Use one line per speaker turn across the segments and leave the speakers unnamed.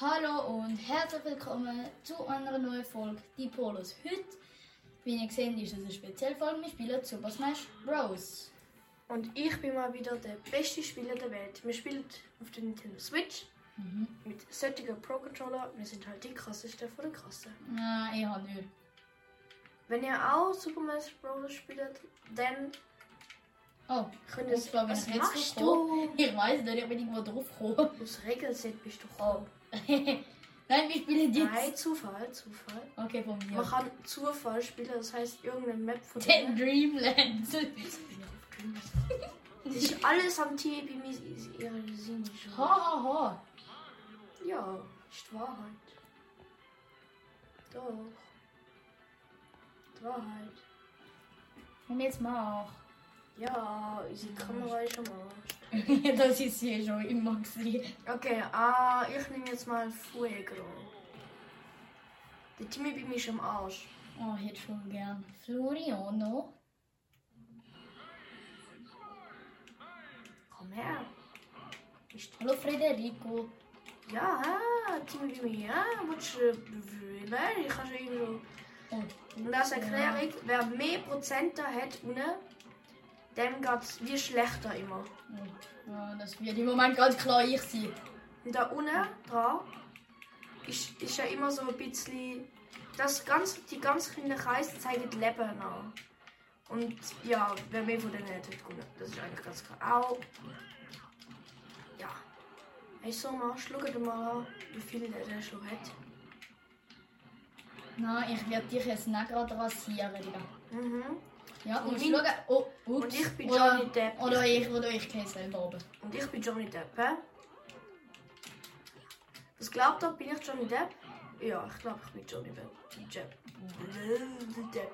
Hallo und herzlich willkommen zu einer neuen Folge Die Polos. Heute, wie ihr gesehen ist es eine spezielle Folge. Wir spielen Super Smash Bros.
Und ich bin mal wieder der beste Spieler der Welt. Wir spielen auf der Nintendo Switch
Mhm.
mit solchen Pro Controller. Wir sind halt die krassesten von den krassen.
Nein, ich habe nicht.
Wenn ihr auch Super Smash Bros. spielt, dann
Oh,
könnt ihr es.
Ups, da bin
Was
ich jetzt
machst
drauf
du?
ich weiß nicht, ich bin irgendwo drauf gekommen.
Aus Regelset bist du
Oh.
gekommen.
Nein, wir spielen
Nein,
jetzt.
Zufall, Zufall.
Okay, von
Man
mir.
kann Zufall spielen, das heißt irgendeine Map von
Den
denen.
Dreamland.
Das ist alles am TAB mis- ihre Sinne.
ha, ha, ha.
Ja, ist die Wahrheit. Doch. Die Wahrheit.
Und jetzt mach.
Ja, unsere Kamera ist am Arsch.
das ist hier schon immer gewesen.
Okay, ah, ich nehme jetzt mal Fuego. Der Timmy bei mir ist am Arsch.
Oh, ich hätte schon gern Floriano.
Komm her. Ist
Hallo Frederico.
ja, ah, Timmy bei mir, ja, willst du bewegen? Ich kann schon irgendwo.
Und
Und das erkläre ich, wer mehr Prozent da hat, ohne, dem geht es wie schlechter immer.
Ja, äh, das wird im Moment ganz klar ich sein.
Und da unten dran ist, ist ja immer so ein bisschen. Das ganz, die ganz kleinen Kreise zeigen die Leben an. Und ja, wer mehr von denen hätte, gewonnen. Das ist eigentlich ganz klar. Auch. Ja. Hey, so mal, schau dir mal an, wie viele der, der schon hat.
Nein, ich werde dich jetzt nicht gerade rasieren, Digga.
Mhm.
Ja, und,
Und
ich
mein-
schaue... Oh, ups.
Und ich bin
oder,
Johnny Depp.
Oder ich, oder ich gehe selber oben.
Und ich bin Johnny Depp, hä? Was glaubt ihr, bin ich Johnny Depp? Ja, ich glaube, ich bin Johnny Depp. Depp. Depp.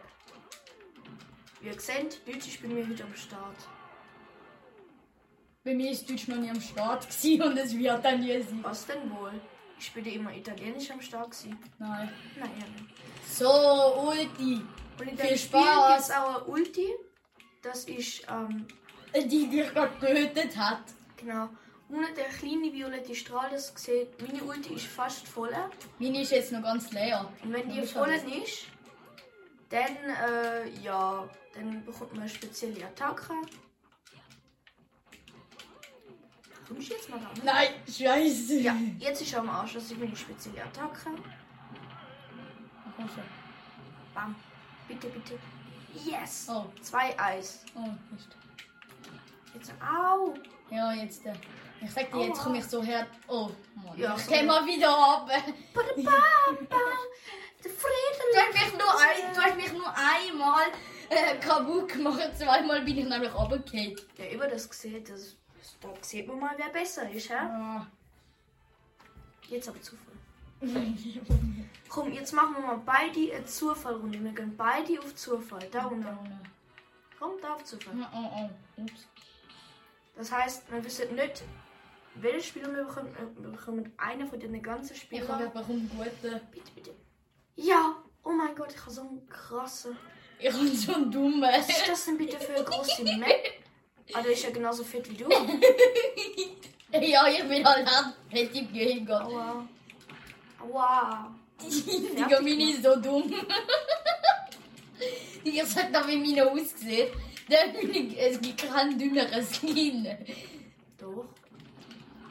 Wie ihr seht, Deutsch ist bei mir heute am Start.
Bei mir war Deutsch noch nie am Start gewesen und es wird dann nie sein.
Was denn wohl? Ich bin ja immer Italienisch am Start gewesen.
Nein.
Naja.
So, Ulti.
Und in
Viel
dem Spiel
Spaß.
gibt es auch eine Ulti. Das ist, ähm,
Die dich gerade getötet hat.
genau. Ohne der kleine violette Strahl, das sieht, meine Ulti ist fast voll.
Meine ist jetzt noch ganz leer.
Und wenn die
Ich schau
voll
das.
ist, dann, äh, ja, dann bekommt man eine spezielle Attacke. Kommst du jetzt mal ran?
Nein, scheiße.
Ja, jetzt ist er am Arsch, das ist meine spezielle Attacke.
Ach, komm schon.
Bam. Bitte, bitte. Yes!
Oh,
Zwei Eis.
oh, nicht.
Jetzt, au!
Ja, jetzt. Äh, ich sag dir, jetzt
Aua.
komme ich so her. Oh, Mann.
Ja,
ich
sorry.
geh mal wieder ab.
Badababa. Der
Du
Friedel!
hast mich nur, ein, du hast mich nur einmal äh, kaputt gemacht. Zweimal bin ich nämlich runtergefallen.
Ja, über das gesehen, das, da sieht man mal, wer besser ist, hä?
Ah.
Jetzt aber Zufall.
Ah.
Komm, jetzt machen wir mal beide eine Zufallrunde. Wir gehen beide auf Zufall. Da unten. Komm, da auf Zufall.
Ja, Oh, oh, ups.
Das heißt, wir wissen nicht, welche Spieler wir bekommen. Äh, Wir bekommen einen von den ganzen
Ich habe
Spielern.
einfach einen guten.
Bitte, bitte. Ja! Oh mein Gott, ich habe so einen krassen.
Ich habe so einen dummen.
Was ist das denn bitte für eine große Map? Ah, der ist ja genauso fit wie du.
ja, ich bin halt hart. Hätte ich gehen gehen.
Aua. Aua.
Digga, meine ist so dumm. Digga, sag doch, wie meine aussieht. Dann bin ich, es gibt keinen dünneren Skin.
Doch.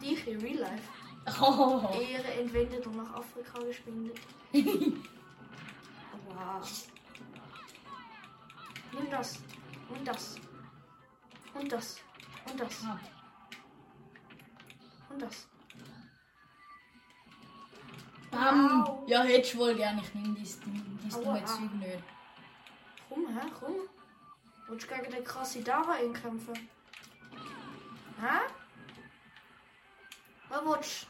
Dich in Real Life.
Oh.
Ehre entwendet und nach Afrika gespendet. Aua. Nimm das. Und das. Und das. Und das.
Ah.
Und das.
Bam!
Au.
Ähm, Ja, hättest du wohl gerne. Ich nehme dein
Aua.
dumme Zeug nicht.
Komm, hä? Komm. Willst du gegen den krassen Dara kämpfen? Hä? Was willst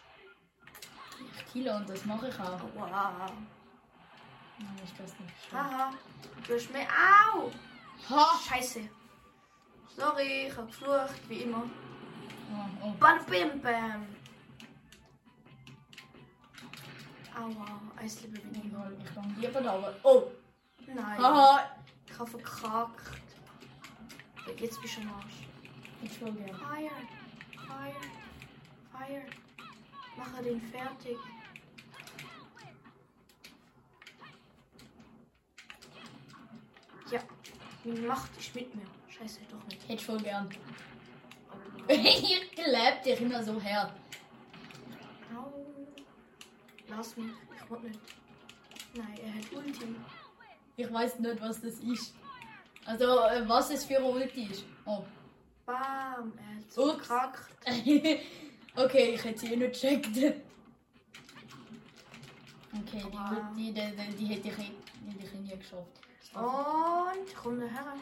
Ich kille und das mache ich
du?
auch.
Aua.
Nein, ich weiß nicht. Ha!
Haha. Du hast mir... Au!
ha.
Scheiße. Sorry, ich hab geflucht, wie immer.
Oh, oh.
Bada bim bam. Aua, Eisliebe bin ich.
Egal, ich kann lieber da oben. Oh!
Nein.
Haha!
Ich hab verkackt. Ja, Jetzt bist du am Arsch.
Ich will gerne.
Fire, fire, fire. Mache den fertig. Ja. Wie macht ich mit mir? Scheiße, doch nicht.
Hätte ich voll gern.
Aber-
ich klebe dich immer so her.
Au. Lass mich. Ich wollte nicht. Nein, er hat Ulti.
Ich weiß nicht, was das ist. Also, äh, was es für eine Ulti ist. Oh.
Bam. Er hat
Ups.
verkrackt.
okay, ich hätte sie eh nicht gecheckt. Okay,
Wow.
die, die, die, die, die hätte ich, eh- die hätte ich nie geschafft.
Oh. Und komm nachher.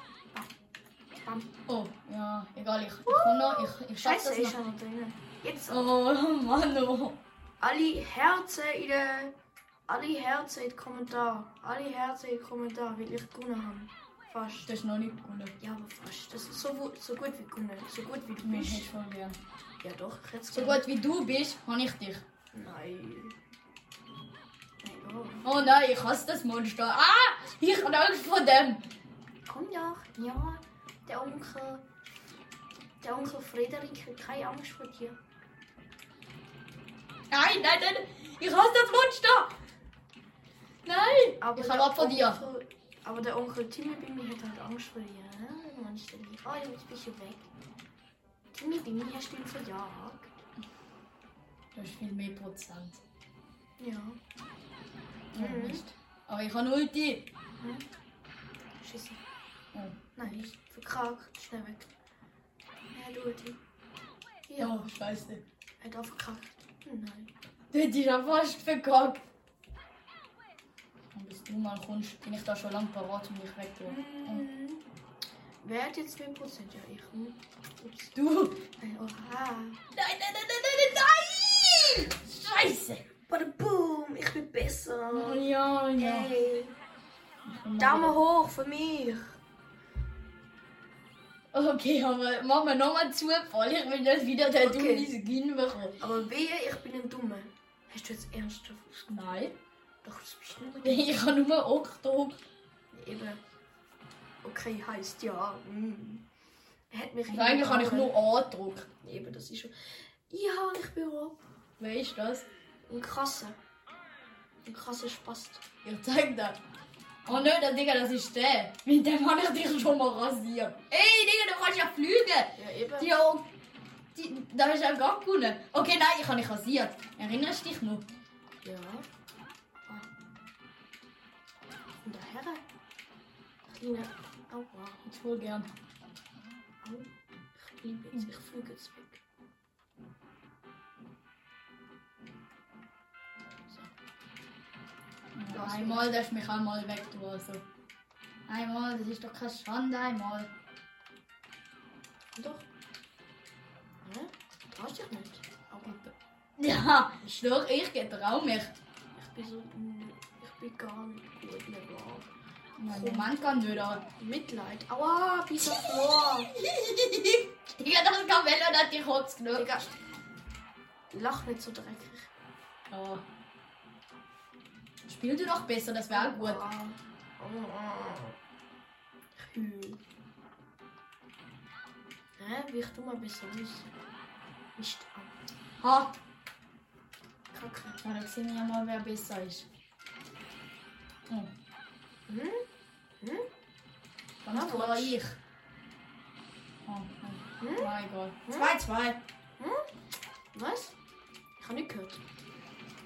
Bam.
Oh, ja, egal, ich, ich kann noch, ich, ich schaff
Scheiße,
das
ich
noch.
habe noch drin. Jetzt
Oh, Mann, oh.
alle Herzen in den. Alle Herzen in den Kommentar. Alle Herzen in den Kommentar, weil ich gewonnen habe. Fast.
Das ist noch nicht gewonnen.
Ja, aber fast. Das ist so, wu- so gut wie gewonnen. So gut wie du
Ich hätte
bist.
halt schon gern.
Ja doch, ich hätte es
Mhm. So gut wie du bist, habe ich dich.
Nein. Nein, warum?
Oh nein, ich hasse das Monster. Ah, ich habe Angst vor dem.
Komm doch, ja. Der Onkel. Der Onkel Frederik hat keine Angst vor dir.
Nein, nein, nein. Ich hasse das Monster. Nein.
Aber
ich
der
habe ab von dir.
Onkel- Aber der Onkel Timmy Bimmy hat halt Angst vor dir. ne? Manchmal. Oh, jetzt bist du weg. Timmy Bimmy hast du ihn verjagt.
Du hast viel mehr Prozent.
Ja.
Ja,
Mhm.
Mist. Aber ich habe Ulti.
Scheiße.
Oh.
Nein, ich verkrackt. Schnell weg. Er hat Ulti. Ja.
Ja, scheiße.
Er hat auch verkrackt. Nein.
Du hättest ja fast verkackt. Und bis du mal kommst, bin ich da schon lange parat, um dich wegzuholen.
Mhm. Wer hat jetzt 10%? Ja, ich. hm. Ups.
Du.
Nein, oha.
Nein, nein, nein, nein, nein, nein. Scheiße.
Bada boom, ich bin besser.
Oh, ja,
Hey. Daumen hoch für mich.
Okay, aber machen wir nochmal Zufall. Ich will nicht wieder der
Okay.
okay. dumme Skin bekommen.
Aber wehe, ich bin ein Dummer. Hast du jetzt ernsthaft?
Nein.
Doch, das bist du nicht.
Ich habe nur Oktober.
Eben. Okay, heißt ja. mm. Er hat mich
Eigentlich habe ich nur angedruckt.
Eben, das ist schon. Ja, ich bin Rob.
Weißt du das?
Ein krasser. Ein krasser Spaß.
Ich zeig dir. Oh nein, der Digga, das ist der. Mit dem habe ich dich schon mal rasiert. Ey, Digga, du kannst ja fliegen.
Ja, eben.
Die, O- die, da hast du ja gar gewonnen. Okay, nein, ich habe dich rasiert. Erinnerst du dich noch?
Ja. Ah. Und der Herr. Kleine. Aua.
Ich wohl gern.
Au. Ich liebe jetzt. Ich fliege jetzt weg.
Ja, einmal darfst du mich einmal weg, du also. Einmal, das ist doch keine Schande, einmal.
Doch. Hä? Traust dich nicht. Aber
Ja, doch, ich trau mich.
ich bin so. mm, Ich bin gar nicht gut in der Wahl.
Nein, Moment kann nicht an.
Mitleid. Aua, dieser Floor.
Digga, das Kamelle hat dich hops genommen.
Digga. Lach nicht so dreckig.
Ja. Oh. Spiel du doch besser, das wäre auch gut.
Aua. Aua. Ich heul. Hä? Wie ich tu mal besser aus. Mist. Au.
Ha,
Kacke.
ja, dann sehen wir ja mal, wer besser ist. Oh,
Hm? Hm?
ganz
Ah,
klar
Wurst.
ich. Oh,
Hm?
oh. Ah, egal.
Hm?
2-2.
Was? Ich hab nicht gehört.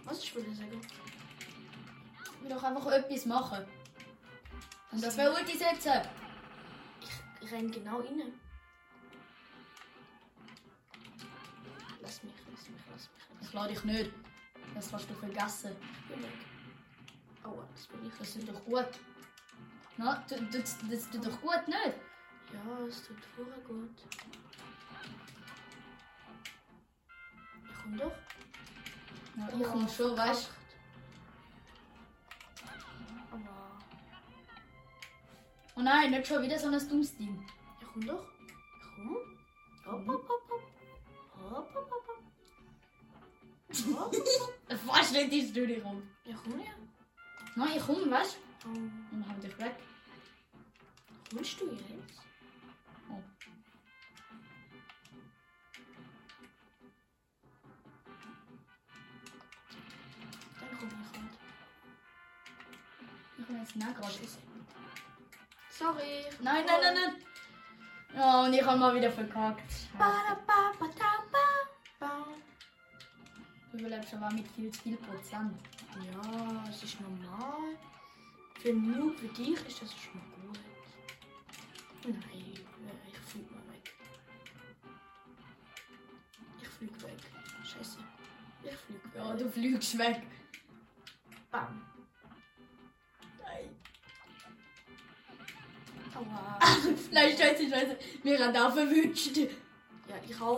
Was ich wollte sagen?
Ich will doch einfach etwas machen. Und das wäre Ulti setzen.
Ich renn genau rein. Lass mich, lass mich, lass mich, lass mich.
Ich lade dich nicht. Das hast du vergessen.
Ich bin weg. Aua, das bin ich.
Das tut doch gut. Na, du, du, das tut doch gut, nicht?
Ja, es tut vorher gut. Ja, komm doch.
Na, ich komme schon, weißt du?
Aber.
Oh nein, nicht schon wieder so ein dummes Ding.
Ja, komm doch. Ja, komm. Hopp, hopp, hopp, hopp. Hopp, hopp, hopp, hopp. Hopp.
Fast Äh, nicht die Studie rum.
Ja, komm ja.
Nein, ich komme, weißt du?
Ähm,
Und hab dich weg.
kommst du jetzt?
Oh.
Dann komm ich halt.
Ich komme jetzt nicht gerade.
Scheiße. Das Sorry. ich hab
Nein, nein, nein, nein. Oh, und ich habe mal wieder verkackt.
Ba, ba, ba, da, ba, ba.
Du überlebst aber mit viel zu viel Prozent.
Ja, es ist normal. Für einen Noob wie dich ist das schon mal gut. Nein, nein, ich flieg mal weg. Ich flieg weg. Scheiße. Ich flieg weg.
Ja, du fliegst weg.
Bam.
Nein.
Aua.
Nein, scheiße, scheiße. Mir hat auch verwünscht.
Ja, ich habe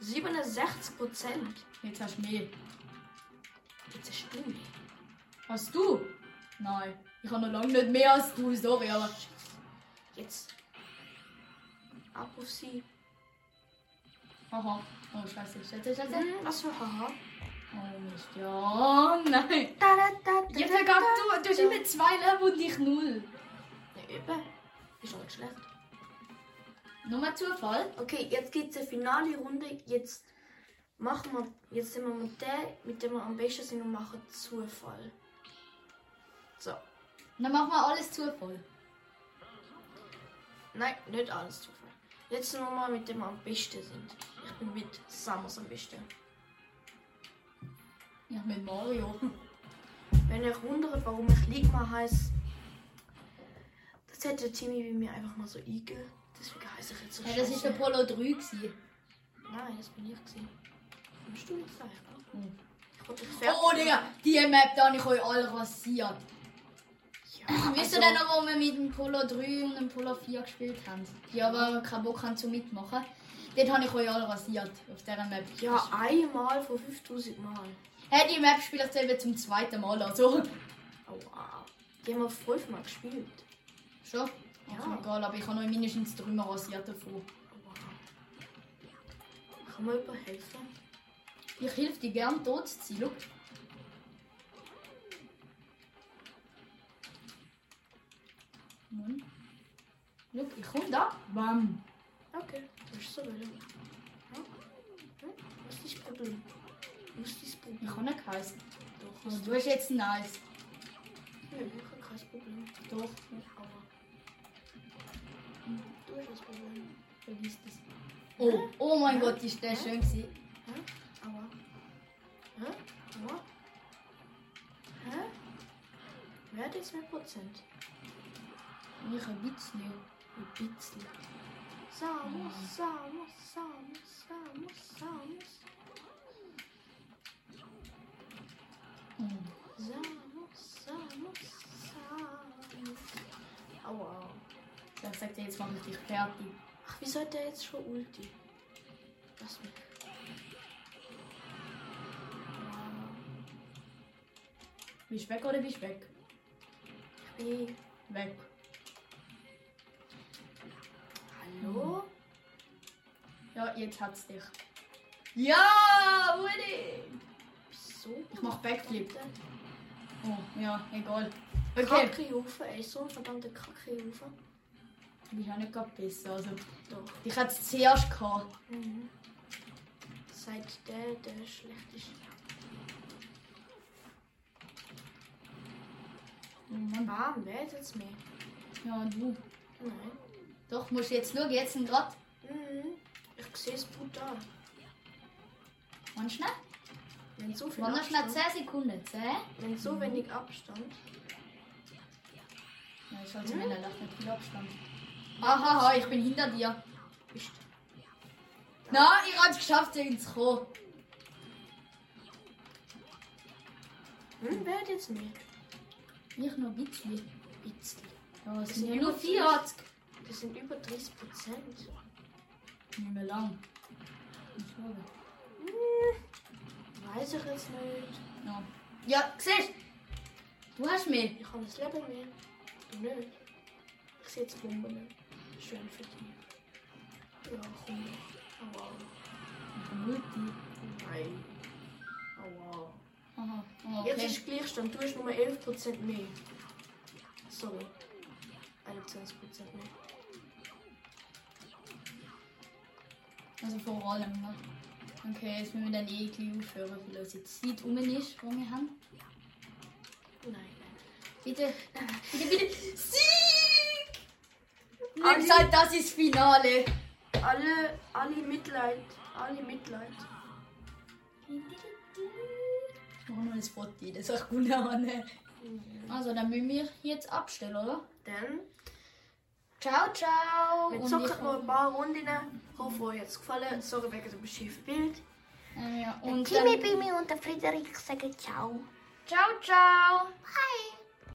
167 Prozent.
Jetzt hast du mehr.
Jetzt ist Stimme.
Hast du? Nein. Ich habe noch lange nicht mehr als du, sorry, aber.
Oh, Jetzt. Ab auf sie.
Haha. Oh, scheiße, scheiße, scheiße.
Hm, Was für Haha.
Oh, Mist. Ja, nein.
Da, da, da, da,
Jetzt
da,
verkackt
da,
du. Du hast immer zwei Level und ich null.
Ja, eben. Ist auch nicht schlecht.
Nur mal Zufall.
Okay, jetzt geht's zur finale Runde. Jetzt machen wir, jetzt sind wir mit der, mit dem wir am besten sind und machen Zufall. So,
Dann machen wir alles Zufall.
nein, nicht alles Zufall. Jetzt sind wir mal mit dem wir am besten sind. Ich bin mit Samus am besten.
Ja, mit Mario.
Wenn ihr wundert, warum ich Ligma heiße, das hätte Timmy bei mir einfach mal so Igel. Deswegen heiße ich jetzt so
Ja, das ist
scheiße.
der Polo 3 gewesen.
Nein, das bin ich gesehen. Kommst du jetzt einfach?
Hm.
Ich wollte dich
Oh, Digga, die Map, da habe ich euch alle rasiert.
Ja,
Wisst ihr
also-
denn noch, wo wir mit dem Polo 3 und dem Polo 4 gespielt haben? Die aber keinen Bock haben zu mitmachen. Dort habe ich euch alle rasiert, auf dieser Map.
Ja, einmal von 5000 Mal.
Hey, die Map spiele ich selber zum zweiten Mal, also.
Oh, wow. Die haben wir fünfmal gespielt.
Schon? Ja.
Ja.
egal, aber ich habe euch mindestens drüber rasiert davon.
Oh, wow. Kann man überhelfen?
Ich helfe dir gern tot zu sein, schau. Mann. Schau, ich komme da. Bam.
Okay, das ist so willen. Hm? Hm? Was ist das Problem? Was ist das Problem?
Ich habe nicht geheißen.
Doch,
Also,
hast du.
du hast jetzt nice.
Nee, ich habe kein Problem.
Doch,
Aber. Du hast das Problem.
vergiss das. Oh, oh mein Gott, ist der schön gewesen.
Hä? Aber. Hä? Aber. Hä? Wer hat jetzt mehr Prozent?
Ich ein bisschen.
Ein bisschen. Samus, Samus, Samus, Samus, Samus,
Hm.
Samus, Samus, Samus. Aua.
Ich sag dir, jetzt mache ich dich fertig.
Ach, wieso hat der jetzt schon Ulti? Lass mich. Aua.
Bist du weg oder bist du weg?
Hey,
Weg.
hallo?
Ja, jetzt hat's dich. Ja, Uli!
Wieso?
Ich mach Backflip.
Verdammte
Oh, ja, egal. Okay.
Kacke Jufe, ey, so ein verdammter Kacke Jufe.
Du bist auch nicht gerade besser. Also,
Doch.
ich hätte es zuerst gehabt.
Mhm. Seit der, der schlecht ist.
Oh Mann.
Bam, wer hat jetzt mehr?
Ja, du.
Nein.
Doch, musst jetzt schauen, jetzt sind grad.
Mhm. Ich sehe es brutal.
Wann schnell?
Wenn so viel
Wann noch schnell
Abstand,
10 Sekunden? 10? Ja,
wenn so wenig Abstand.
ich soll
Hm?
zumindest auch nicht viel Abstand. Ahaha, ich bin hinter dir.
Ist
Na, ich hab's geschafft, irgendwie zu kommen.
hm, wer hat jetzt mehr?
Ich noch ein bisschen.
Witzli.
Ja, es sind ja nur 40.
Das sind über 30 Prozent.
Nicht mehr lang. Ich schaue.
Hm, Weiß ich jetzt nicht.
Ja. Ja, siehst du? Du hast mich.
Ich kann das Leben mehr. Du nicht. Ich sehe jetzt Bomben. Schön für dich. Ja, komm doch. Aua.
Multi.
Nein. Aua.
Aha. Oh,
Jetzt
okay.
ist Gleichstand. Du hast nur 11 Prozent mehr. Sorry. 21 Prozent mehr.
Also vor allem. Ne? Okay, jetzt müssen wir dann eh gleich aufhören, weil das jetzt nicht rum ist, wo wir haben.
Nein, nein.
Bitte. Bitte, bitte. Sieg! Nimm halt, das ist Finale.
Alle, alle Mitleid. Alle Mitleid.
Ich mache nur das Foto, das ist auch gut. ne? Also, dann müssen wir jetzt abstellen, oder?
Dann,
Ciao, ciao.
wir
Und
zocken
ich-
noch ein paar Runden. Ich hoffe, euch hat es gefallen. Sorry wegen dem schiefen Bild.
Ähm, ja, und dann,
Timmy, Bimi und der Friederik sagen Ciao.
ciao, ciao.
Bye.